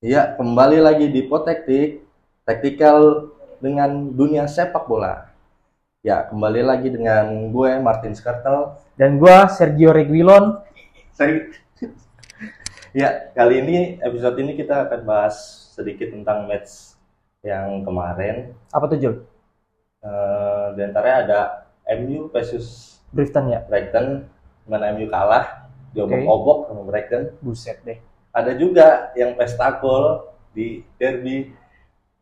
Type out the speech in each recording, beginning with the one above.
Iya, kembali lagi di Potektik, taktikal dengan dunia sepak bola. Ya, kembali lagi dengan gue Martin Skertel. Dan gua Sergio Reguilon. Saya Ya, kali ini episode ini kita akan bahas sedikit tentang match yang kemarin. Apa tuh Jul? Eh di antaranya ada MU versus Drifton ya? Brighton, di mana MU kalah, diobok-obok sama Brighton. Buset deh. Ada juga yang pesta gol di derby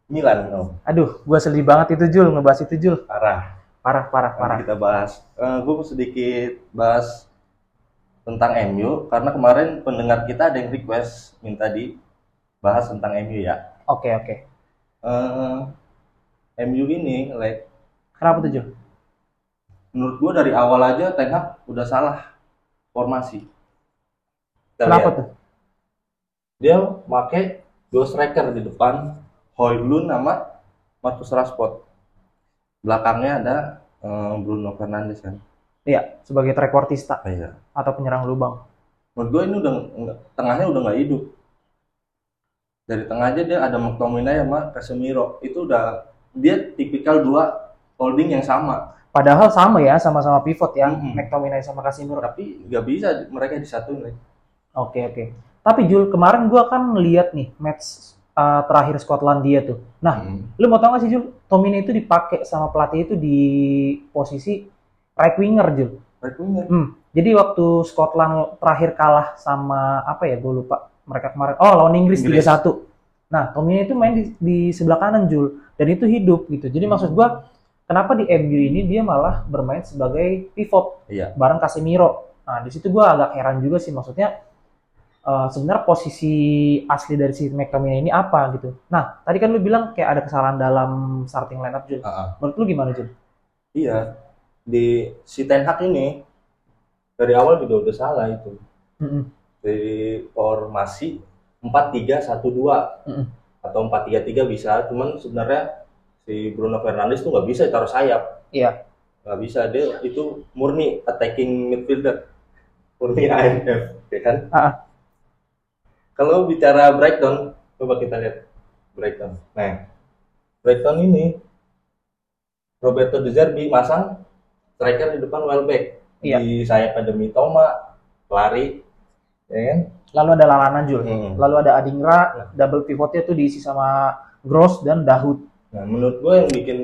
Milan, no, Aduh, gua sedih banget itu Jul, ngebahas itu Jul. parah. Parah, parah, Nanti parah. kita bahas. Eh, gue mau sedikit bahas tentang MU karena kemarin pendengar kita ada yang request minta dibahas tentang MU ya. Oke, oke. Eh, MU ini, like, Kenapa tuh Jul? menurut gue dari awal aja Ten Hag udah salah formasi. Kita Kenapa lihat. tuh? Dia pakai dua striker di depan, Hoylund sama Marcus Rashford. Belakangnya ada eh, Bruno Fernandes kan. Iya, sebagai trequartista Iya. atau penyerang lubang. menurut gue ini udah nggak- tengahnya udah nggak hidup dari tengah aja dia ada McTominay sama Casemiro itu udah dia tipikal dua holding yang sama Padahal sama ya, sama-sama pivot ya, Mm-mm. McTominay sama Casemiro. tapi nggak bisa mereka disatuin Oke oke. Tapi Jul kemarin gua kan lihat nih match uh, terakhir Skotlandia tuh. Nah, Hmm. lu mau tau gak sih Jul? Tomine itu dipakai sama pelatih itu di posisi right winger Jul. Right winger. Jadi waktu Skotland terakhir kalah sama apa ya? Gue lupa. Mereka kemarin oh lawan Inggris, Inggris. 3-1. Nah, Tomine itu main di, di sebelah kanan Jul dan itu hidup gitu. Jadi Hmm. maksud gua kenapa di MU ini dia malah bermain sebagai pivot Iya. bareng Casemiro. Nah, di situ gua agak heran juga sih maksudnya eh, sebenarnya posisi asli dari si McTominay ini apa gitu. Nah, tadi kan lu bilang kayak ada kesalahan dalam starting lineup Jul. Ah, ah. Menurut lu gimana Jul? iya di si Ten Hag ini dari awal juga udah salah itu Mm-mm. dari formasi 4-3-1-2 Mm-mm. atau 4-3-3 bisa cuman sebenarnya si Bruno Fernandes tuh nggak bisa ditaruh sayap Iya. nggak bisa dia itu murni attacking midfielder murni AMF ya kan Ah. kalau bicara breakdown coba kita lihat breakdown nah breakdown ini Roberto De Zerbi masang striker di depan Welbeck Iya. di sayap demi Toma lari ya kan Lalu ada Lalana Jul. Hmm. Lalu ada Adingra, double pivotnya tuh diisi sama Gross dan Dahut. Nah, menurut gue yang bikin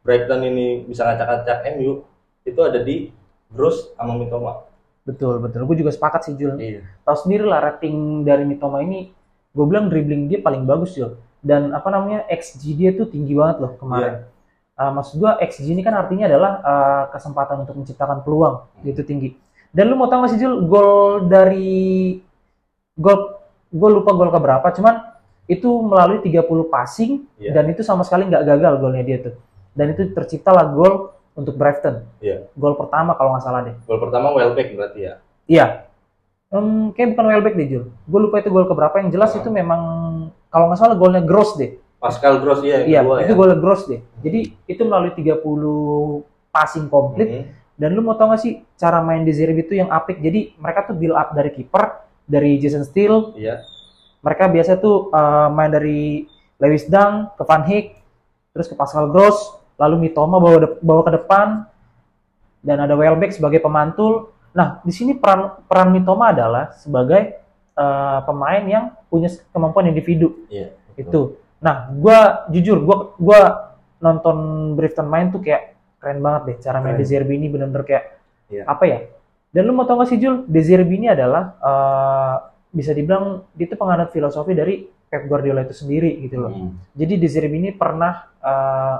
breakdown ini bisa ngacak-ngacak MU itu ada di Bruce sama Mitoma. Betul, betul. Gue juga sepakat sih Jul. Iya. Tahu sendiri lah rating dari Mitoma ini, gue bilang dribbling dia paling bagus Jul. Dan apa namanya, XG dia tuh tinggi banget loh kemarin. Eh, maksud gue XG ini kan artinya adalah eh, kesempatan untuk menciptakan peluang. Hmm. Dia tuh Gitu, tinggi. Dan lu mau tahu gak sih Jul, gol dari... Gol, gue lupa gol keberapa, cuman itu melalui 30 passing, Iya. dan itu sama sekali nggak gagal golnya dia tuh dan itu terciptalah gol untuk Brighton Iya. gol pertama kalau nggak salah deh Gol pertama Welbeck berarti ya. iya Em, kayak bukan Welbeck deh Jul gue lupa itu gol keberapa yang jelas Hmm. itu memang kalau nggak salah golnya Gross deh Pascal Gross iya iya yang kedua itu ya. golnya Gross deh jadi itu melalui 30 passing komplit Mhm. dan lu mau tau gak sih cara main di Zerbi itu yang apik jadi mereka tuh build up dari kiper dari Jason Steele Iya. mereka biasa tuh eh, main dari Lewis Dang ke Van Hik, terus ke Pascal Gross, lalu Mitoma bawa de- bawa ke depan dan ada Welbeck sebagai pemantul. Nah, di sini peran peran Mitoma adalah sebagai eh, pemain yang punya kemampuan individu. Iya, Itu. Nah, gua jujur gua gua nonton Brighton main tuh kayak keren banget deh cara main Keren. De Zerbi ini bener-bener kayak Iya. apa ya? Dan lu mau tau gak sih Jul, De Zerbi ini adalah eh, bisa dibilang dia itu penganut filosofi dari Pep Guardiola itu sendiri gitu loh. Mhm. Jadi De Zerbi ini pernah eh,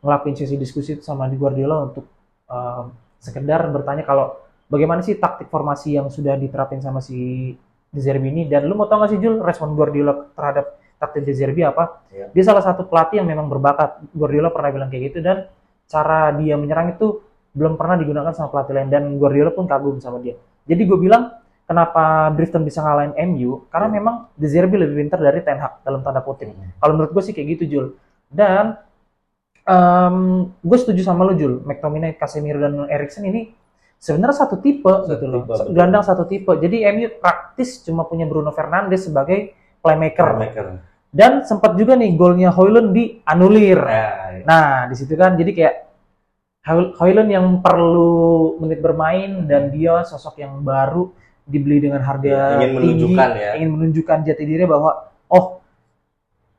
ngelakuin sesi diskusi sama di Guardiola untuk eh, sekedar bertanya kalau bagaimana sih taktik formasi yang sudah diterapin sama si De Zerbi ini dan lu mau tau gak sih Jul respon Guardiola terhadap taktik De Zerbi apa? Iya. Dia salah satu pelatih yang memang berbakat. Guardiola pernah bilang kayak gitu dan cara dia menyerang itu belum pernah digunakan sama pelatih lain dan Guardiola pun kagum sama dia. Jadi gue bilang kenapa Brighton bisa ngalahin MU karena Iya. memang De Zerbi lebih pintar dari Ten Hag dalam tanda kutip. Mhm. Kalau menurut gue sih kayak gitu Jul. Dan gue setuju sama lo Jul. McTominay, Casemiro dan Erikson ini sebenarnya satu tipe Satu gitu loh. tipe, betul. Gelandang satu tipe. Jadi MU praktis cuma punya Bruno Fernandes sebagai playmaker. playmaker. Dan sempat juga nih golnya Hoyland dianulir. Nah, Nah, di situ kan jadi kayak Hoy- Hoyland yang perlu menit bermain dan dia sosok yang baru dibeli dengan harga Hmm. ingin tinggi, menunjukkan ya. ingin menunjukkan jati dirinya bahwa oh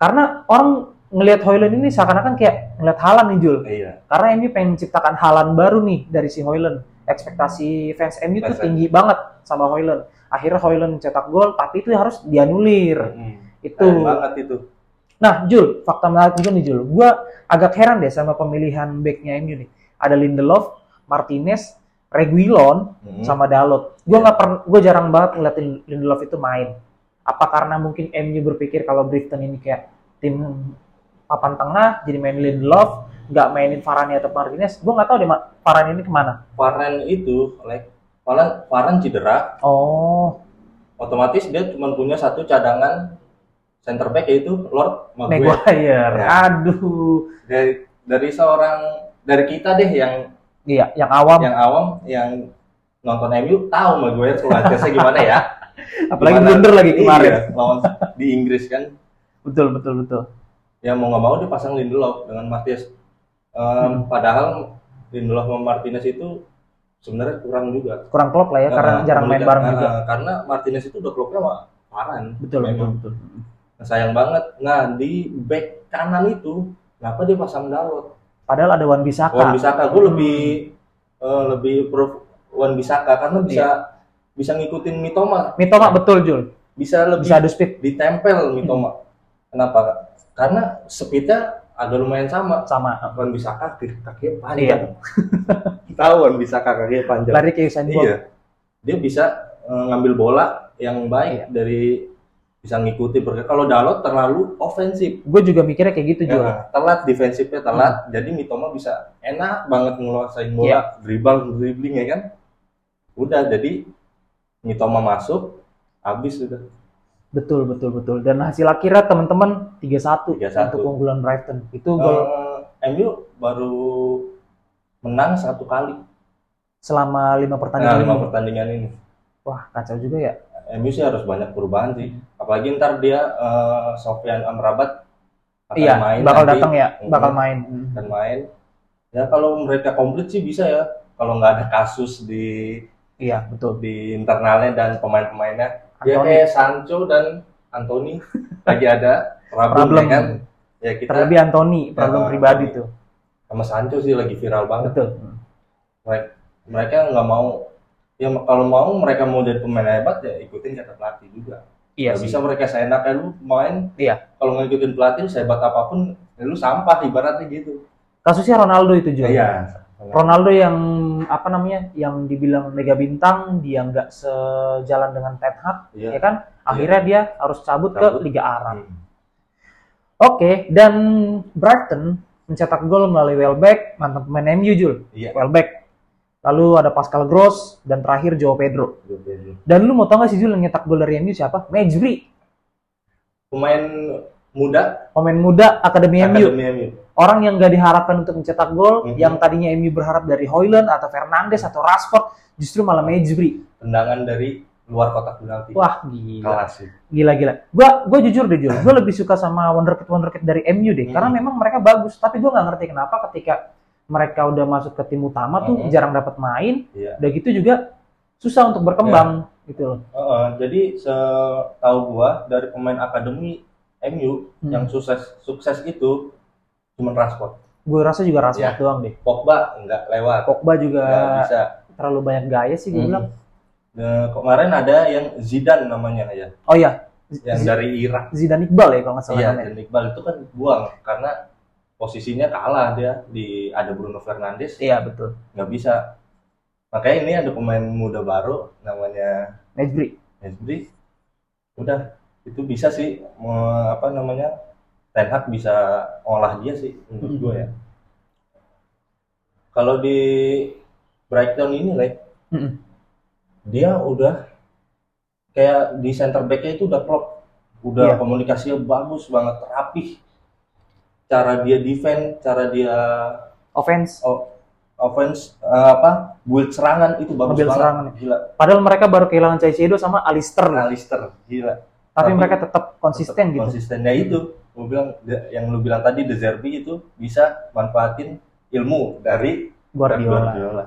karena orang ngelihat Hoyland ini seakan-akan kayak ngelihat Halan nih Jul. Iya. Karena MU pengen menciptakan halan baru nih dari si Hoyland. Ekspektasi fans MU tuh Fans. tinggi banget sama Hoyland. Akhirnya Hoyland mencetak gol, tapi itu harus dianulir. Itu. Hmm. Keren banget itu. Nah, Jul, fakta menarik juga nih Jul. Gua agak heran deh sama pemilihan backnya MU nih. Ada Lindelof, Martinez, Reguilon, Mm. sama Dalot. Gue nggak pernah, gue jarang banget ngeliatin Lindelof itu main. Apa karena mungkin MU berpikir kalau Brighton ini kayak tim papan tengah, jadi main Lindelof, nggak mainin Varane atau Martinez. Gue nggak tahu deh Ma- Varane ini kemana. Varane itu like Varane, Varane cedera, Oh, otomatis dia cuma punya satu cadangan center back yaitu Lord Maguire. Maguire. Ya. Aduh. Dari dari seorang dari kita deh yang Iya, yang awam. yang awam yang nonton MU tahu Maguire kualitasnya gimana ya. Apalagi gimana? blunder lagi kemarin. Iya, lawan di Inggris kan. Betul, betul, betul. Ya mau nggak mau dia pasang Lindelof dengan Martinez. Ehm, Hmm. Padahal Lindelof sama Martinez itu sebenarnya kurang juga. Kurang klop lah ya, karena Nah, jarang main kemudian, bareng nah, juga. Karena Martinez itu udah klubnya sama Varane. Betul, memang. betul, betul. Nah, sayang banget. Nah, di back kanan itu kenapa dia pasang Dalot? Padahal ada Wan Bisaka. Wan Bisaka gue Hmm. lebih eh, lebih pro Wan Bisaka karena bisa bisa ngikutin Mitoma, Mitoma betul Jul. bisa lebih Bisa adu speed ditempel Mitoma. Kenapa? Karena speednya agak lumayan sama. sama. Wan Bisaka kakinya panjang. Tahu Wan Bisaka kakinya panjang. Lari ke Usain Bolt. Iya. Dia bisa eh, ngambil bola yang baik dari bisa ngikuti pergerakan. Kalau Dalot terlalu ofensif. Gue juga mikirnya kayak gitu Jul. Ya, telat defensifnya telat. Hmm. Jadi Mitoma bisa enak banget ngeluasain bola, Iya. dribble, dribbling ya kan. Udah jadi Mitoma masuk habis sudah. Betul, betul, betul. Dan hasil akhirnya teman-teman 3-1 3-1. untuk keunggulan Brighton. Itu gol Eh, MU baru menang satu kali selama 5 nah, pertandingan. lima ini. pertandingan ini. Wah, kacau juga ya. MU sih harus banyak perubahan sih. Hmm. Apalagi ntar dia eh, Sofyan Amrabat akan Iya, main bakal nanti. datang ya, bakal Mm-mm. main. dan main. Ya kalau mereka komplit sih bisa ya. Kalau nggak ada kasus di Iya, betul. di internalnya dan pemain-pemainnya. Ya Anthony, kayak Sancho dan Anthony lagi ada problem, Problem. ya kan. Ya kita terlebih Anthony, problem Ya, pribadi Anthony. tuh. sama Sancho sih lagi viral banget. Betul. Mereka nggak mau ya kalau mau mereka mau jadi pemain hebat ya ikutin kata pelatih juga. Iya Nggak sih. bisa mereka seenaknya lu main. Iya. Kalau ngikutin pelatih sehebat apapun ya lu sampah ibaratnya gitu. Kasusnya Ronaldo itu juga. Iya. Ronaldo yang apa namanya yang dibilang mega bintang dia nggak sejalan dengan Ten Hag ya Iya. kan akhirnya dia harus cabut, Cabut. ke Liga Arab. Oke dan Brighton mencetak gol melalui Welbeck mantan pemain MU Jul Iya. Welbeck lalu ada Pascal Gross dan terakhir Joao Pedro dan lu mau tau gak sih Jul yang nyetak gol dari MU siapa? Mejbri Pemain muda pemain muda Akademi MU Akademi MU. orang yang nggak diharapkan untuk mencetak gol Mhm. yang tadinya MU berharap dari Hoyland atau Fernandes atau Rashford justru malah Mejbri tendangan dari luar kotak penalti. wah gila Kelas sih. gila gila gua gua jujur deh jujur gua lebih suka sama wonderkid wonderkid dari MU deh karena Hmm. memang mereka bagus tapi gua nggak ngerti kenapa ketika mereka udah masuk ke tim utama tuh Mhm. jarang dapat main Iya. udah gitu juga susah untuk berkembang gitu loh Heeh, jadi setahu gua dari pemain akademi MU Hmm. yang sukses sukses itu cuma Rashford. gua rasa juga rasa Ya. doang deh Pogba nggak lewat. Pogba juga Nggak bisa. terlalu banyak gaya sih Iya. gua Iya, Hmm. bilang Nah, kemarin ada yang Zidane namanya ya, oh ya Z- yang Z- dari Irak. Zidane Iqbal ya kalau nggak salah Iya, namanya dan Iqbal itu kan buang karena posisinya kalah dia di ada Bruno Fernandes iya betul nggak bisa. Makanya ini ada pemain muda baru namanya Mejbri Nesbri udah itu bisa sih me- apa namanya Ten Hag bisa olah dia sih menurut Mm. gue ya kalau di breakdown ini like Mm-mm. dia udah kayak di center back-nya itu udah klop udah Iya. komunikasinya bagus banget rapih cara dia defend cara dia offense offense eh, apa build serangan itu bagus Nge-build banget serangan. gila padahal mereka baru kehilangan Caicedo sama Alister Alister gila tapi Nah, Tapi- mereka tetap konsisten gitu. konsisten ya itu gue bilang de- yang lu bilang tadi De Zerbi itu bisa manfaatin ilmu dari dari Guardiola. Guardiola.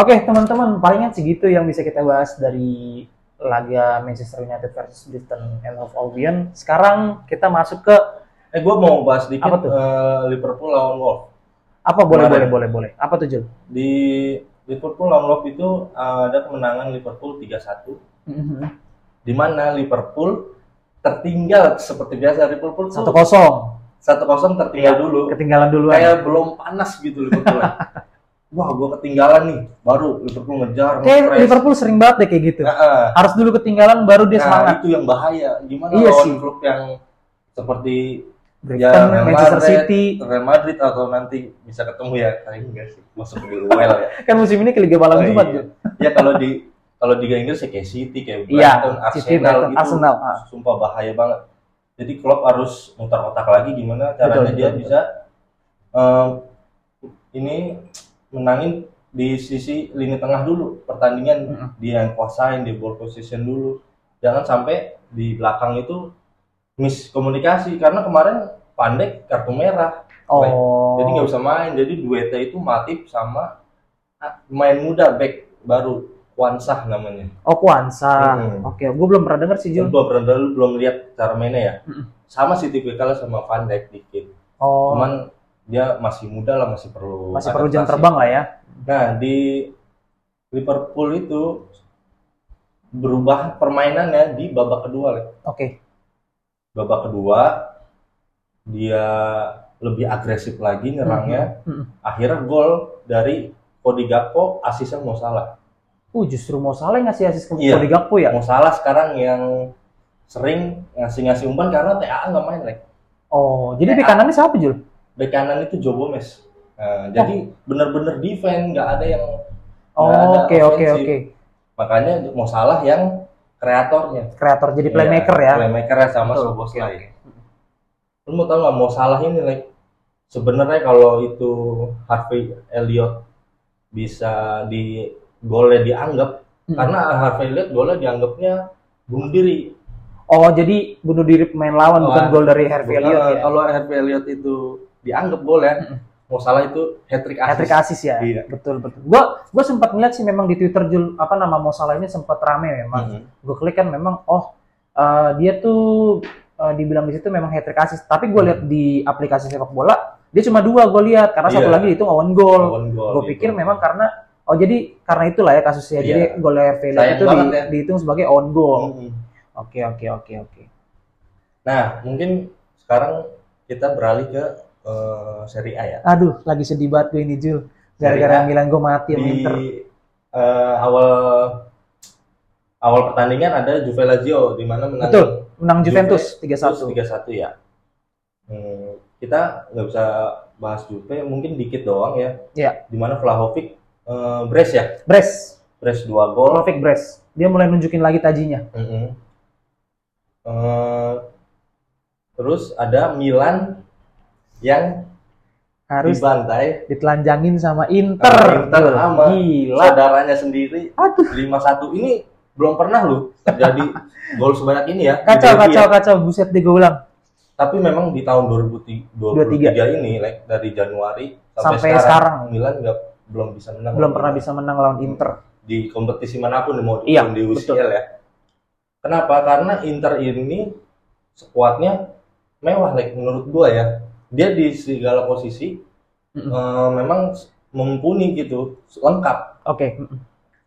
Oke, teman-teman, palingan segitu yang bisa kita bahas dari laga Manchester United versus Brighton and Hove Albion. Sekarang kita masuk ke Eh gue mau bahas dikit Apa tuh? eh, Liverpool lawan Wolves. apa boleh boleh Kemarin. boleh boleh. Apa tuh, Jul? Di Liverpool lawan Wolves itu eh, ada kemenangan Liverpool 3-1 Mm-hmm. di mana Liverpool tertinggal seperti biasa Liverpool Satu tuh kosong, 1-0 tertinggal Iya. dulu. ketinggalan duluan. Kayak belum panas gitu Liverpool. Wah, gue ketinggalan nih. Baru Liverpool ngejar, Kayak nge-press. Liverpool sering banget deh kayak gitu. Nah, eh. Harus dulu ketinggalan baru dia Nah, semangat. itu yang bahaya. Gimana Iya lawan sih. klub yang seperti Brighton, Real Manchester Madrid. City, Real Madrid atau nanti bisa ketemu ya? Kayaknya enggak sih. Masuk ke duel ya. kan musim ini ke Liga Malam Oh, Jumat. iya. Jul. ya kalau di kalau di Liga Inggris ya kayak City, kayak Iya, Brighton, City, Arsenal Brighton, itu Arsenal, ah. sumpah bahaya banget. Jadi Klopp harus mutar otak lagi gimana caranya Betul, dia betul, bisa em, ini menangin di sisi lini tengah dulu pertandingan Mm-mm. dia yang kuasain di ball position dulu jangan sampai di belakang itu miskomunikasi karena kemarin Pandek kartu merah Oh. jadi nggak bisa main jadi duetnya itu Matip sama ah, pemain muda back baru Wansah namanya Oh, Kwansa. Mm-mm. Oke, gue belum pernah denger sih, Jul. Jumbo Brandel lu belum lihat cara mainnya ya Mm-mm. sama sih tipikalnya sama Van Dijk dikit Oh, cuman dia masih muda lah masih perlu masih perlu jam adaptasi. terbang lah ya. Nah, di Liverpool itu berubah permainannya di babak kedua. Le. Oke. Babak kedua dia lebih agresif lagi nyerangnya. Mm-mm. Akhirnya gol dari Cody Gakpo, asisnya Mo Salah. Uh, justru mau salah ngasih asis ke Iya. Cody Gakpo ya? Mo Salah sekarang yang sering ngasih-ngasih umpan karena TAA nggak main, Lek. Oh, jadi Eh, di kanannya siapa, Jul? Bek kanan itu Joe Gomez. Nah, jadi bener-bener defense, nggak ada yang Oh, ada oke oke offensive. oke. makanya Mo Salah yang kreatornya. Kreator jadi playmaker Iya, ya. Playmaker sama Betul, Soboslai. oke, Lu mau tahu nggak mau salah ini like sebenarnya kalau itu Harvey Elliot bisa di golnya dianggap Mm. karena Harvey Elliot golnya dianggapnya bunuh diri. Oh, jadi bunuh diri pemain lawan Oh, bukan gol dari Harvey Karena Elliot ya. Kalau Harvey Elliot itu dianggap golnya, Mm. mau salah itu hat trick assist. Patrick Asis ya. Iya. Betul betul. Gua gua sempat ngeliat sih memang di Twitter Jul apa nama Mo Salah ini sempat rame memang. Mhm. Gue klik kan memang oh eh, dia tuh eh, dibilang di situ memang hat trick assist, tapi Hmm. gue lihat di aplikasi sepak bola dia cuma dua gue lihat karena satu Iya. lagi itu own goal. Lawan gol Gue gitu. pikir memang karena oh jadi karena itulah ya kasusnya. Iya. Jadi gol Harvey Elliot Sayang itu di- banget ya. dihitung sebagai own goal. Mhm. Oke oke oke oke. Nah, mungkin sekarang kita beralih ke eh, Serie A ya. Aduh, lagi sedih banget gue ini Jul. Seri Gara-gara A. Milan gue mati sama di Inter. eh, awal awal pertandingan ada Juve Lazio di mana menang Betul, menang Juve Juventus 3-1. 3-1 ya. Hmm, kita nggak bisa bahas Juve mungkin dikit doang ya. Iya. Di mana Vlahovic eh, brace ya, Bres, brace 2 gol. Vlahovic Bres. Dia mulai nunjukin lagi tajinya. Mm-mm. Eh, terus ada Milan yang Harus dibantai ditelanjangin sama Inter. Sama Inter, Tuh, sama. Gila. saudaranya sendiri Aduh, 5-1 ini belum pernah loh terjadi gol sebanyak ini ya. di kacau derby ya. kacau kacau buset deh gue ulang. Tapi memang di tahun 2023 23 ini like, dari Januari Sampai sampai, sekarang. sekarang, Milan nggak belum bisa menang. Belum pernah bisa menang lawan Inter. di kompetisi manapun mau Iya, di UCL betul. ya. Kenapa? Karena Inter ini skuadnya mewah like menurut gua ya. Dia di segala posisi Mm-mm. eh, memang mumpuni gitu, lengkap. Oke. mm-mm.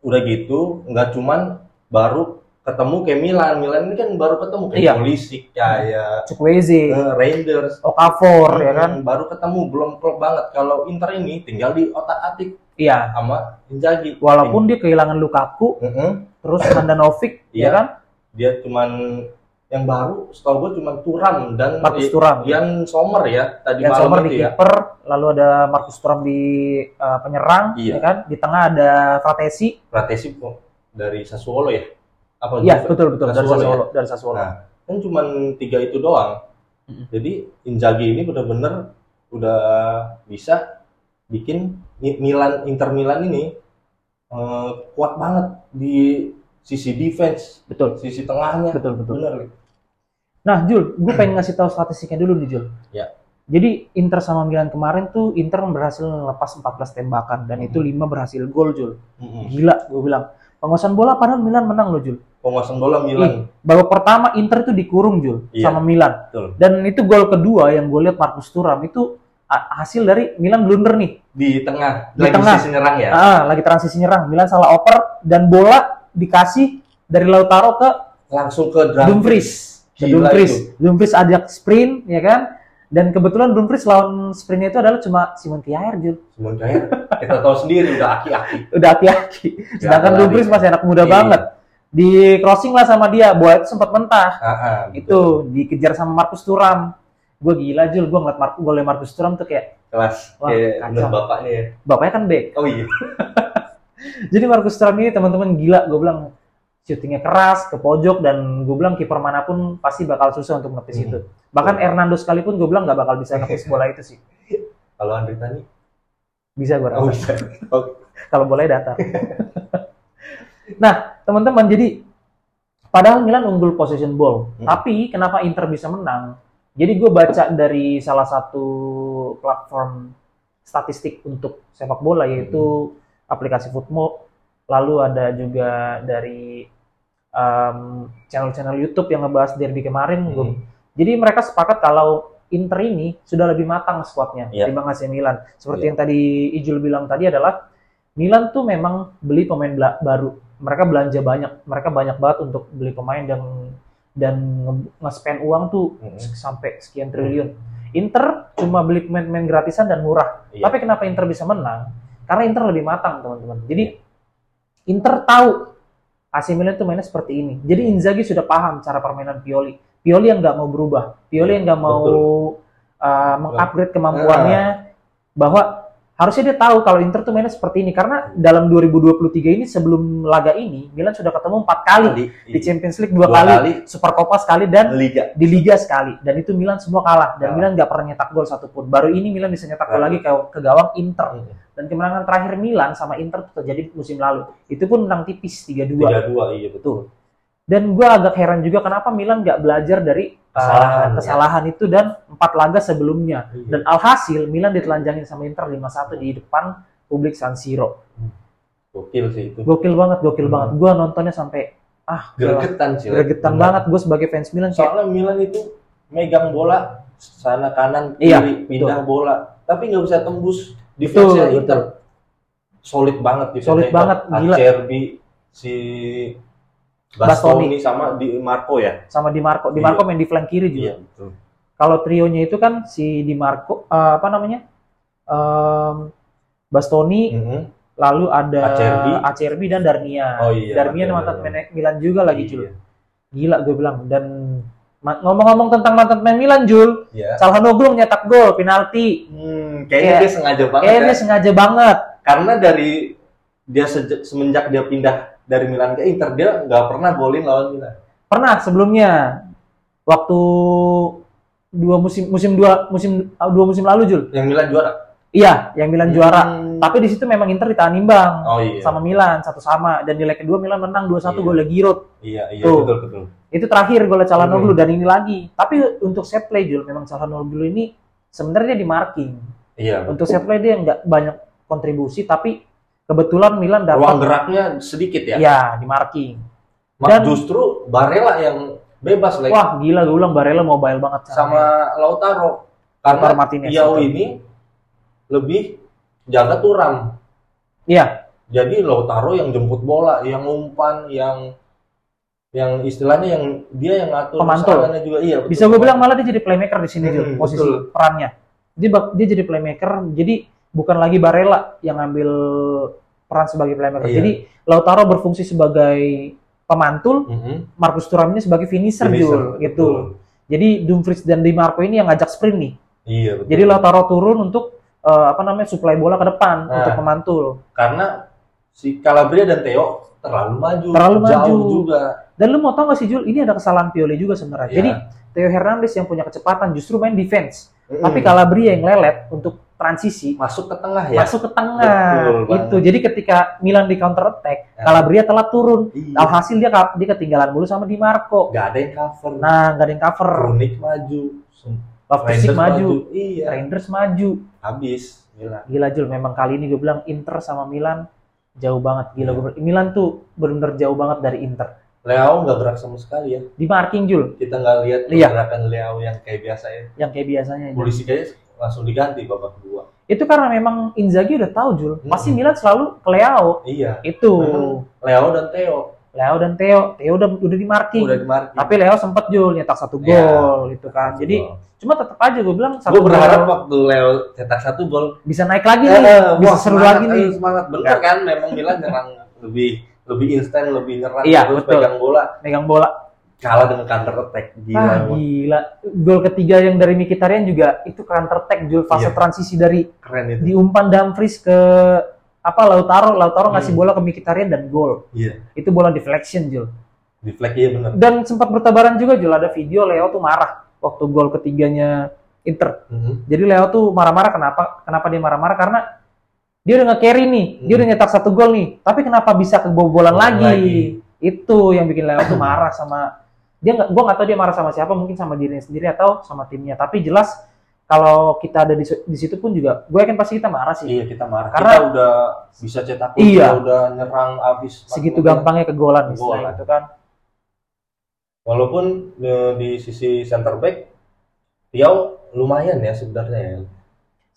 udah gitu nggak cuman baru ketemu kayak Milan Milan ini kan baru ketemu kayak Iya. polisi kayak Chukwueze, eh, Rangers Okafor ya kan. Hmm, baru ketemu belum klop banget kalau Inter ini tinggal di otak atik Iya. sama Inzaghi Walaupun dia kehilangan Lukaku, Mm-mm. terus Handanovic ya Iya. kan, dia cuman yang baru setahu gue cuman Turam dan Marcus Thuram. Yang Sommer ya tadi Jan malam Sommer itu di ya kiper, lalu ada Marcus Thuram di eh, penyerang, Iya. ya kan? Di tengah ada Fratesi. Pratesi kok dari Sassuolo ya apa Iya, Juve? betul betul dari Sassuolo ya? Sassuolo, dari Sassuolo. Nah, kan cuman tiga itu doang. Mm-mm. Jadi Inzaghi ini benar-benar udah bisa bikin Mi- Milan Inter Milan ini eh, kuat banget di sisi defense, Betul, sisi tengahnya. betul, betul. Bener, Li. Nah, Jul, gue pengen ngasih tahu statistiknya dulu nih, Jul. Ya. Jadi Inter sama Milan kemarin tuh Inter berhasil lepas 14 tembakan dan Mhm. itu 5 berhasil gol, Jul. Mm-mm. Gila, gue bilang. Penguasaan bola padahal Milan menang loh, Jul. Penguasaan bola Milan. Babak pertama Inter tuh dikurung, Jul, Iya. sama Milan. Betul. Dan itu gol kedua yang gue lihat Marcus Thuram itu a- hasil dari Milan blunder nih. Di tengah, Di lagi tengah. sisi nyerang ya. Ah, lagi transisi nyerang, Milan salah oper dan bola dikasih dari Lautaro ke Langsung ke drum. Dumfries. Ke Gila Dumfries. Dumfries ajak sprint, ya kan? Dan kebetulan Dumfries lawan sprintnya itu adalah cuma Simon Kjaer, Jul. Semuanya kita tahu sendiri udah aki-aki. Udah hati-hati. Ya, Sedangkan lari. Dumfries masih anak muda Iya. banget. Di crossing lah sama dia, bola itu sempat mentah. Ah, ah, itu betul. dikejar sama Marcus Thuram gue gila Jul gue ngeliat Mar golnya Marcus Thuram tuh kayak kelas Wah, kayak kacau. bener bapaknya ya. bapaknya kan back Oh iya. jadi Marcus Thuram ini teman-teman gila gue bilang syutingnya keras ke pojok dan gue bilang kiper manapun pasti bakal susah untuk ngepis Hmm. itu bahkan Hernando sekalipun gue bilang nggak bakal bisa ngepis bola itu sih Kalau Andri tadi, bisa gue oh rasa bisa. kalau boleh datar nah teman-teman jadi padahal Milan unggul possession ball Hmm. tapi kenapa Inter bisa menang jadi gue baca dari salah satu platform statistik untuk sepak bola yaitu aplikasi Footmo lalu ada juga dari em, channel-channel YouTube yang ngebahas derby kemarin gua- Hmm. jadi mereka sepakat kalau Inter ini sudah lebih matang skuadnya Iya. dibanding AC Milan seperti Iya. yang tadi Ijul bilang tadi adalah Milan tuh memang beli pemain bela- baru mereka belanja banyak mereka banyak banget untuk beli pemain dan dan nge- nge-spend uang tuh Mm-mm. s- sampai sekian triliun Inter cuma beli pemain-pemain gratisan dan murah Iya. tapi kenapa Inter bisa menang? Karena Inter lebih matang, teman-teman. Jadi Inter tahu AC Milan itu mainnya seperti ini. Jadi Inzaghi sudah paham cara permainan Pioli. Pioli yang nggak mau berubah, Pioli yang nggak mau uh, mengupgrade kemampuannya, bahwa harusnya dia tahu kalau Inter tuh mainnya seperti ini. Karena dalam 2023 ini sebelum laga ini Milan sudah ketemu empat kali Di, di Champions League Iya. dua, Dua kali, kali. Supercopa sekali dan Liga. di liga sekali dan itu Milan semua kalah dan Kalah. Milan nggak pernah nyetak gol satupun baru ini Milan bisa nyetak gol Kalah. lagi ke, ke gawang Inter dan kemenangan terakhir Milan sama Inter tuh terjadi musim lalu itu pun menang tipis 3-2 Tiga dua iya betul. dan gue agak heran juga kenapa Milan nggak belajar dari uh, Kesalahan, ya. Iya. kesalahan itu dan empat laga sebelumnya dan alhasil Milan ditelanjangin sama Inter 5-1 di depan publik San Siro Gokil sih itu. gokil banget gokil Hmm. banget gue nontonnya sampai ah gila. Gregetan sih. Le. gregetan Bener. banget gue sebagai fans Milan kayak Soalnya Milan itu megang bola sana kanan kiri Iya, pindah bola, tapi nggak bisa tembus Betul, defense-nya betul. Inter. Solid banget defense Solid banget, gila. Acerbi si Bastoni, sama di Marco ya. Iya. sama Di Marco Di Marco main di flank kiri juga betul. kalau trionya itu kan si Di Marco eh, apa namanya Em, Bastoni Mhm. lalu ada Acerbi. Acerbi dan Darmian Oh iya, Darmian. Darmian mantan pemain Milan juga lagi Jul Iya. gila gue bilang dan ma- ngomong-ngomong tentang mantan pemain Milan Jul Iya. Calhanoglu nyetak gol penalti Hmm, kayaknya Kayak- dia sengaja banget Iya. kayaknya ya. dia sengaja banget Karena dari dia seje- semenjak dia pindah dari Milan ke Inter dia nggak pernah golin lawan Milan. pernah sebelumnya waktu dua musim musim dua musim dua musim lalu Jul Yang Milan juara. iya yang Milan juara Hmm. tapi di situ memang Inter ditahan imbang Oh iya. sama Milan satu sama dan di leg kedua Milan menang 2-1 Iya. gol Giroud. Iya, iya Tuh. betul betul. Itu terakhir gol Calhanoglu Hmm. dan ini lagi. Tapi untuk set play Jul memang Calhanoglu ini sebenarnya di marking. Iya. Untuk set play dia nggak banyak kontribusi tapi kebetulan Milan Ruang dapat geraknya sedikit ya. ya. di marking. Mak- dan- justru Barella yang bebas like, Wah gila gue ulang Barella mobile banget sama Lautaro Lautaro karena Martinez. Piau ini lebih jaga turam. Iya. Jadi Lautaro yang jemput bola, yang umpan, yang yang istilahnya yang dia yang ngatur Pemantul. serangannya juga iya. betul. Bisa gue bilang malah dia jadi playmaker di sini Hmm, Jul posisi betul. perannya. Dia bak- dia jadi playmaker. Jadi bukan lagi Barella yang ambil peran sebagai playmaker. Iya. Jadi Lautaro berfungsi sebagai pemantul, Mhm. Marcus Thuram ini sebagai finisher, Finisher, Jul, betul. gitu. Jadi Dumfries dan Di Marco ini yang ngajak sprint nih. Iya betul. Jadi Lautaro turun untuk eh, apa namanya suplai bola ke depan Nah. untuk pemantul. karena si Calabria dan Theo terlalu maju, Terlalu jauh maju. juga. Dan lu mau tau gak sih Jul, ini ada kesalahan Pioli juga sebenarnya. Iya. Jadi Theo Hernandez yang punya kecepatan justru main defense, tapi Mm-mm. Calabria yang lelet untuk transisi Mhm. masuk ke tengah ya masuk ke tengah Betul banget. itu jadi ketika Milan di counter attack Ya. Calabria telat turun Iya. alhasil dia ka- dia ketinggalan mulu sama Di Marco nggak ada yang cover nah nggak ada yang cover Kronik maju Loftus-Cheek maju iya Rangers maju habis Milan gila Jul memang kali ini gue bilang Inter sama Milan jauh banget Iya. gila gue bilang. Milan tuh bener-bener jauh banget dari Inter Leo nggak gerak sama sekali ya di marking Jul kita nggak lihat Iya. gerakan Leo yang kayak biasa ya yang kayak biasanya Jul. polisi kayaknya langsung diganti babak kedua itu karena memang Inzaghi udah tahu Jul pasti Mm-mm. Milan selalu ke Leo iya itu Memang. Leo dan Theo Leo dan Theo Theo udah udah di marking udah dimarking Iya. tapi Leo sempet Jul nyetak satu Iya. gol gitu kan jadi cuma tetap aja gue bilang satu gue berharap gol waktu Leo cetak satu gol bisa naik lagi Eh, nih bisa wah, seru semangat, lagi nih Iya. eh, semangat bener kan memang Milan nyerang lebih lebih instan lebih nyerang Iya, terus betul. pegang bola megang bola kalah dengan counter attack gila ah, emang. gila gol ketiga yang dari Mkhitaryan juga itu counter attack Jul Iya. fase transisi dari keren itu diumpan Dumfries ke apa Lautaro Lautaro ngasih Hmm. bola ke Mkhitaryan dan gol Iya. itu bola deflection Jul di flag iya bener dan sempat bertabaran juga Jul ada video Leo tuh marah waktu gol ketiganya Inter Mhm. jadi Leo tuh marah-marah kenapa kenapa dia marah-marah karena dia udah nge-carry nih dia Hmm. udah nyetak satu gol nih tapi kenapa bisa Bolan kebobolan lagi? lagi. itu yang bikin Leo tuh marah sama dia nggak gua nggak tahu dia marah sama siapa mungkin sama dirinya sendiri atau sama timnya tapi jelas kalau kita ada di, di situ pun juga gue yakin pasti kita marah sih iya kita marah Karena- kita udah bisa cetak gol, Iya. kita udah nyerang abis segitu 40 menit. gampangnya kegolan Kegolan. misalnya gitu kan walaupun eh, di sisi center back Tiao lumayan ya sebenarnya ya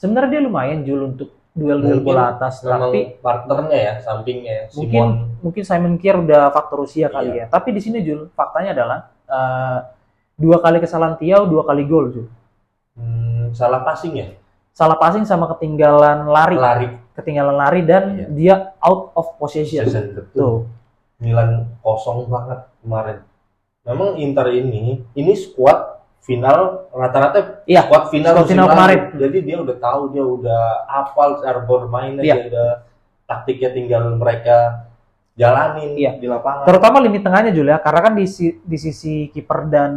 sebenarnya dia lumayan Jul untuk duel-duel Mungkin bola atas memang tapi partnernya ya sampingnya ya mungkin Simon mungkin Simon Kier udah faktor usia kali Iya. ya tapi di sini Jul faktanya adalah eh, dua kali kesalahan Tiau dua kali gol Jul hmm, salah passing ya salah passing sama ketinggalan lari lari ketinggalan lari dan Iya. dia out of possession season betul tuh Milan kosong banget kemarin. Memang Inter ini, ini squad final rata-rata Iya, squad final, squad musim final lalu. kemarin. Jadi dia udah tahu, dia udah hafal cara bermainnya, Iya. dia udah taktiknya tinggal mereka jalanin Iya. di lapangan. terutama lini tengahnya Jul ya karena kan di, si- di sisi kiper dan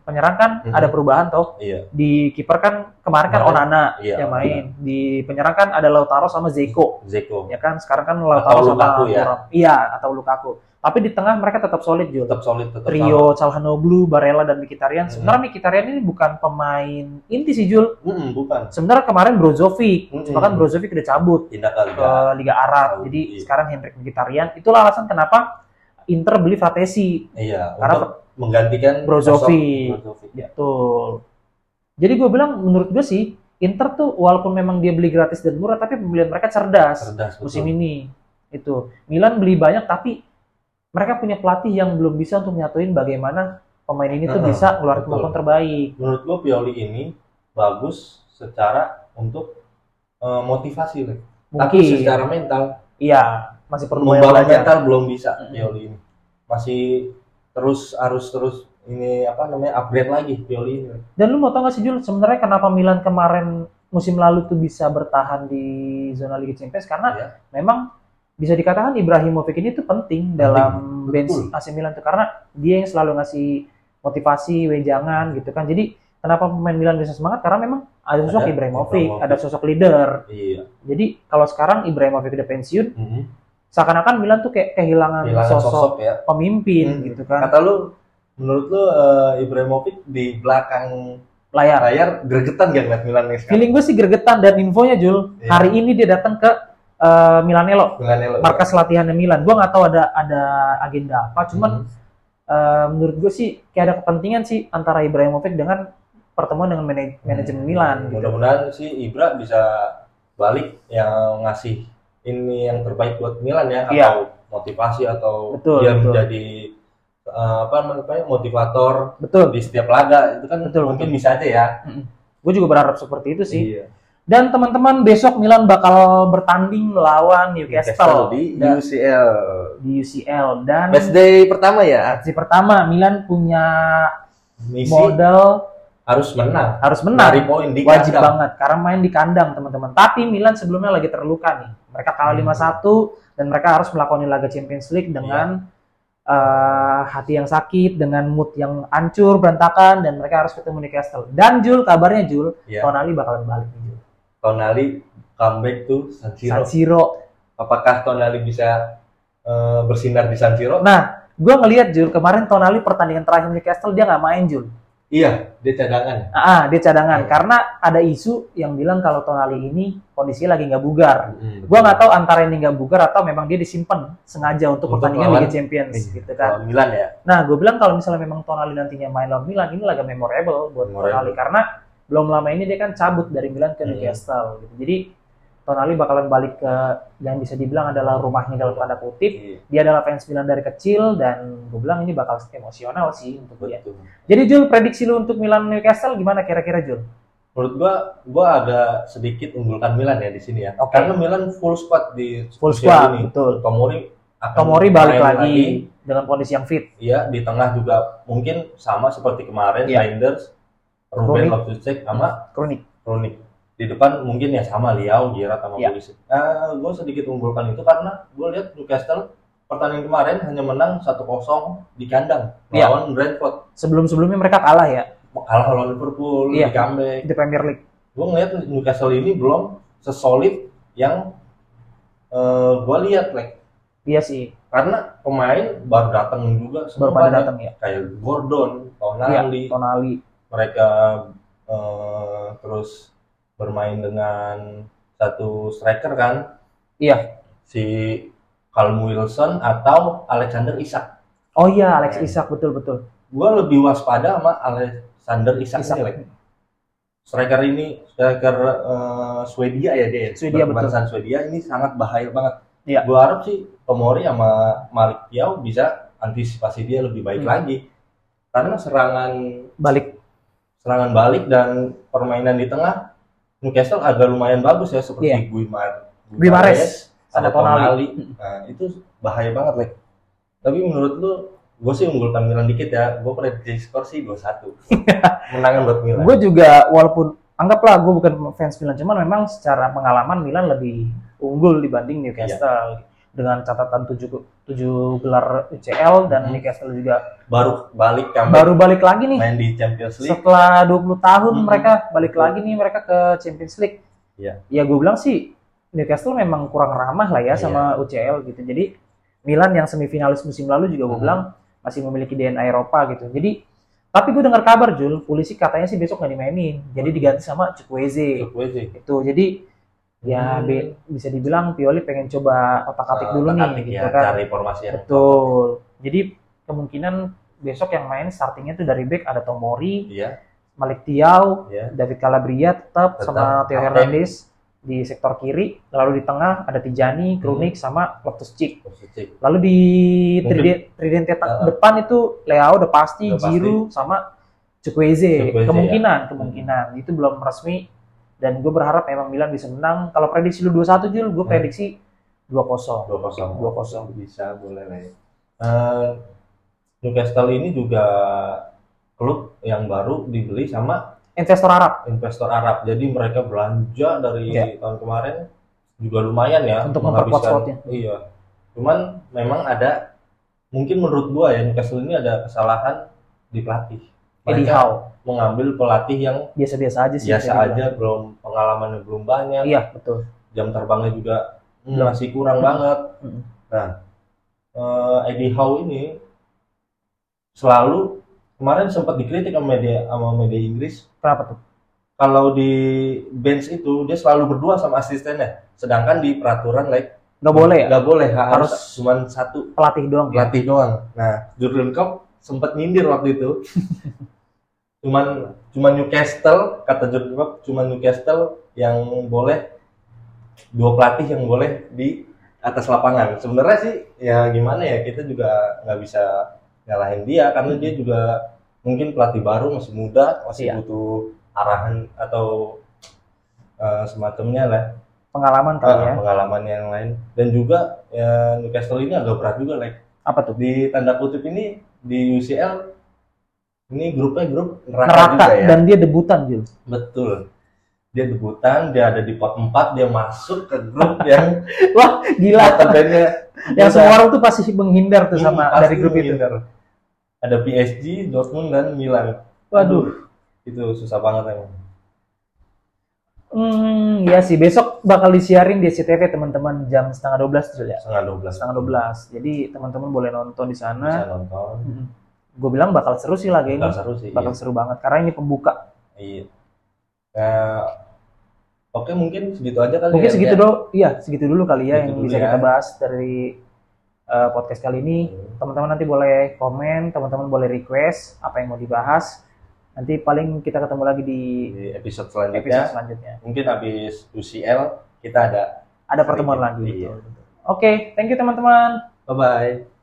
penyerang kan Mhm. ada perubahan toh Iya. di kiper kan kemarin kan Kemarin. Onana Iya, yang main di penyerang kan ada Lautaro sama Zeko Zeko ya kan sekarang kan Atau Lautaro sama Lukaku ya? Thuram. iya atau Lukaku tapi di tengah mereka tetap solid Jul tetap solid, tetap trio Calhanoglu, Barella dan Mkhitaryan Hmm. sebenarnya Mkhitaryan ini bukan pemain inti sih Jul tahu. Mm-mm, bukan sebenarnya kemarin Brozovic Mm-mm. cuma kan Brozovic udah cabut tindak kali ke Liga Arab Saudi. jadi sekarang Hendrik Mkhitaryan itulah alasan kenapa Inter beli Fratesi Iya, Karena- untuk menggantikan Brozovic. sosok Brozovic. betul jadi gue bilang menurut gue sih Inter tuh walaupun memang dia beli gratis dan murah tapi pembelian mereka cerdas Cerdas betul. musim ini itu Milan beli banyak tapi mereka punya pelatih yang belum bisa untuk nyatuin bagaimana pemain ini tuh Heeh, bisa ngeluarin betul. kemampuan terbaik menurut lo Pioli ini bagus secara untuk eh, motivasi Le. tapi mungkin secara mental iya masih perlu banyak membangun belajar mental belum bisa Mm-mm. Pioli ini masih terus harus terus ini apa namanya upgrade lagi Pioli ini Le. dan lu mau tau gak sih Jul sebenarnya kenapa Milan kemarin musim lalu tuh bisa bertahan di zona Liga Champions karena Iya. memang bisa dikatakan Ibrahimovic ini tuh penting Betul. dalam bench AC Milan tuh karena dia yang selalu ngasih motivasi, wejangan gitu kan. Jadi kenapa pemain Milan bisa semangat karena memang ada sosok Ada Ibrahimovic, Ibrahimovic. ada sosok leader. iya Jadi kalau sekarang Ibrahimovic udah pensiun, mm seakan-akan Milan tuh kayak kehilangan kehilangan sosok, sosok, ya pemimpin Hmm. gitu kan. kata lu menurut lu eh, Ibrahimovic di belakang Layar. layar gregetan gak ngeliat Milan nih sekarang Feeling gue sih gergetan dan infonya Jul, Iya. hari ini dia datang ke eh, Milanello, Milan ya, lo? markas latihannya Milan. Gua nggak tahu ada ada agenda apa, cuman Mm. Eh, menurut gue sih kayak ada kepentingan sih antara Ibrahimovic dengan pertemuan dengan manaj- Hmm. manajemen Milan gitu. Mudah-mudahan si Ibra bisa balik yang ngasih ini yang terbaik buat Milan ya Iya. atau motivasi atau Betul, dia betul. menjadi eh, apa namanya motivator Betul. di setiap laga itu kan Betul, mungkin bisa aja ya. Gue juga berharap seperti itu sih. Iya. Dan teman-teman besok Milan bakal bertanding melawan Newcastle di dan- UCL. di UCL dan Match day pertama ya. si pertama Milan punya Misi modal harus menang. harus Dari menang. poin di Wajib kandang. banget karena main di kandang teman-teman. Tapi Milan sebelumnya lagi terluka nih. Mereka kalah Hmm. 5-1 dan mereka harus melakoni laga Champions League dengan Iya. eh, hati yang sakit, dengan mood yang hancur, berantakan dan mereka harus ketemu Newcastle. Dan Jul kabarnya Jul, Iya. Tonali bakalan balik nih Jul. Tonali comeback to San Siro. San Siro. Apakah Tonali bisa eh, bersinar di San Siro? Nah, gue ngelihat Jul kemarin Tonali pertandingan terakhir Newcastle dia nggak main Jul. Iya, dia cadangan. Ah, ah, dia cadangan Iya. karena ada isu yang bilang kalau Tonali ini kondisinya lagi nggak bugar. Hmm, Gua nggak tahu antara ini nggak bugar atau memang dia disimpan sengaja untuk, Untuk pertandingan lawan- Iya. Liga Champions gitu kan. Lawan Milan ya. Nah, gue bilang kalau misalnya memang Tonali nantinya main lawan Milan, ini laga memorable buat Memorable. Tonali karena belum lama ini dia kan cabut dari Milan ke Hmm. Newcastle. Gitu. Jadi Tonali bakalan balik ke yang bisa dibilang adalah rumahnya dalam tanda kutip. Iya, Dia adalah fans Milan dari kecil dan gue bilang ini bakal emosional sih untuk dia. betul. Jadi Jul, prediksi lu untuk Milan Newcastle gimana kira-kira Jul? Menurut gua, gua ada sedikit unggulkan Milan ya di sini ya. Oke. Karena Milan full squad di Full musim squad, ini. betul. Tomori akan Tomori main balik lagi, dengan kondisi yang fit. Iya, di tengah juga mungkin sama seperti kemarin Iya. Reinders, Ruben Runic. Loftus-Cheek sama Kronik. Runic. Di depan mungkin ya sama Liao, Gerrard sama Iya. Pulisic. Eh, gua sedikit unggulkan itu karena gua lihat Newcastle pertandingan kemarin hanya menang 1-0 di kandang Iya. lawan Brentford. Sebelum-sebelumnya mereka kalah ya kalah lawan Liverpool Iya. di comeback. di Premier League. Gue ngeliat Newcastle ini belum sesolid yang eh gue lihat like Iya sih, karena pemain baru datang juga baru semua pada Iya. banyak. datang ya. kayak Gordon, Tonali, Tonali. mereka eh, terus bermain dengan satu striker kan Iya. si Callum Wilson atau Alexander Isak. Oh iya, Alex Iya. Isak betul-betul. Gue lebih waspada sama Alexander Isak, Isak. ini like. striker ini striker eh, Swedia ya dia ya? Swedia, Berkebangsaan Swedia ini sangat bahaya banget Iya. gua harap sih Tomori sama Malik Piau bisa antisipasi dia lebih baik Hmm. lagi karena serangan Balik. serangan balik dan permainan di tengah Newcastle agak lumayan bagus ya seperti Iya. Guimar Guimaraes, ada sama Tonali. Tonali Mm. nah itu bahaya banget Lek tapi menurut lu gue sih unggulkan Milan dikit ya gue prediksi skor sih 2-1 menangan buat Milan Gue juga walaupun anggaplah gue bukan fans Milan, cuman memang secara pengalaman Milan lebih unggul dibanding Newcastle dengan catatan 7 7 gelar UCL dan Mhm. Newcastle juga baru balik comeback baru balik lagi nih main di Champions League setelah 20 tahun Mhm. mereka balik lagi nih mereka ke Champions League. Iya. Ya gue bilang sih Newcastle memang kurang ramah lah ya sama UCL gitu. Jadi Milan yang semifinalis musim lalu juga gue Mhm. bilang masih memiliki DNA Eropa gitu. Jadi tapi gue dengar kabar Jul, polisi katanya sih besok nggak dimainin. Jadi diganti sama Chukwueze Menurut gua sih itu. Jadi ya Hmm. be- bisa dibilang Pioli pengen coba otak-atik dulu nih Takatik gitu ya, kan. cari formasi yang Betul. Jadi kemungkinan besok yang main startingnya tuh dari back ada Tomori, iya Malik Tiaw, iya David Calabria tetap Tetap, sama kapten. Theo Hernandez di sektor kiri, lalu di tengah ada Hmm. Tijani, Kronik sama Loftus Cheek. positif Lalu di Mungkin- triden- trident teta- Uh-uh. depan itu Leao udah pasti, Udah pasti. Giroud sama Chukwueze. Chukwueze, ya. Hmm. Kemungkinan, kemungkinan itu belum resmi dan gue berharap memang Milan bisa menang. Kalau prediksi lu 2-1 Jul, gue Hmm. prediksi 2-0. dua kosong 2-0. bisa boleh lah ya. Eh, Newcastle ini juga klub yang baru dibeli sama Investor Arab investor Arab jadi mereka belanja dari Iya. tahun kemarin juga lumayan ya Untuk memperkuat menghabiskan squadnya. iya cuman memang ada mungkin menurut gua ya Newcastle ini ada kesalahan di pelatih Eddie mereka Howe. mengambil pelatih yang Biasa-biasa aja Iya sih. biasa bisa aja dibilang. belum pengalamannya belum banyak Iya, betul. jam terbangnya juga hmm, Belum. masih kurang Mm. banget. Mm. Nah, eh, Eddie Howe ini selalu kemarin sempat dikritik sama media sama media Inggris Kenapa tuh? kalau di bench itu dia selalu berdua sama asistennya, sedangkan di peraturan like Nggak boleh ya? nggak boleh ha- harus, Harus- cuman satu Pelatih doang. ya? pelatih doang. Nah, Jurgen Klopp sempat nyindir waktu itu. cuman cuman Newcastle kata Jurgen Klopp cuman Newcastle yang boleh dua pelatih yang boleh di atas lapangan. Sebenarnya sih ya gimana ya kita juga nggak bisa nyalahin dia karena dia juga mungkin pelatih baru masih muda masih Iya. butuh arahan atau eh, semacamnya lah Pengalaman kali ya. eh, pengalaman yang lain dan juga ya, Newcastle ini agak berat juga like Apa tuh? di tanda kutip ini di UCL ini grupnya grup neraka, neraka juga ya. dan dia debutan Jul. Betul. Dia debutan, dia ada di pot 4, dia masuk ke grup yang Gila. notabene Yang semua orang tuh pasti menghindar tuh Hmm, sama pasti dari grup itu. menghindar. Ada PSG, Dortmund dan Milan. Waduh. Itu susah banget emang. Hmm, ya sih besok bakal disiarin di CTV teman-teman jam setengah 12 tuh ya. setengah 12 Setengah 12. Jadi teman-teman boleh nonton di bisa sana. nonton Gue bilang bakal seru sih lagi ini. Bakal seru sih Bakal seru banget karena ini pembuka. iya Nah, oke mungkin segitu aja kali Mungkin ya, segitu Jet. dulu, iya segitu dulu kali ya Segitu yang dulu bisa ya. kita bahas dari eh, podcast kali ini. teman-teman nanti boleh komen, teman-teman boleh request apa yang mau dibahas. Nanti paling kita ketemu lagi di di episode episode selanjutnya selanjutnya. mungkin habis UCL kita ada Ada pertemuan lagi. Iya. Oke, thank you teman-teman. bye bye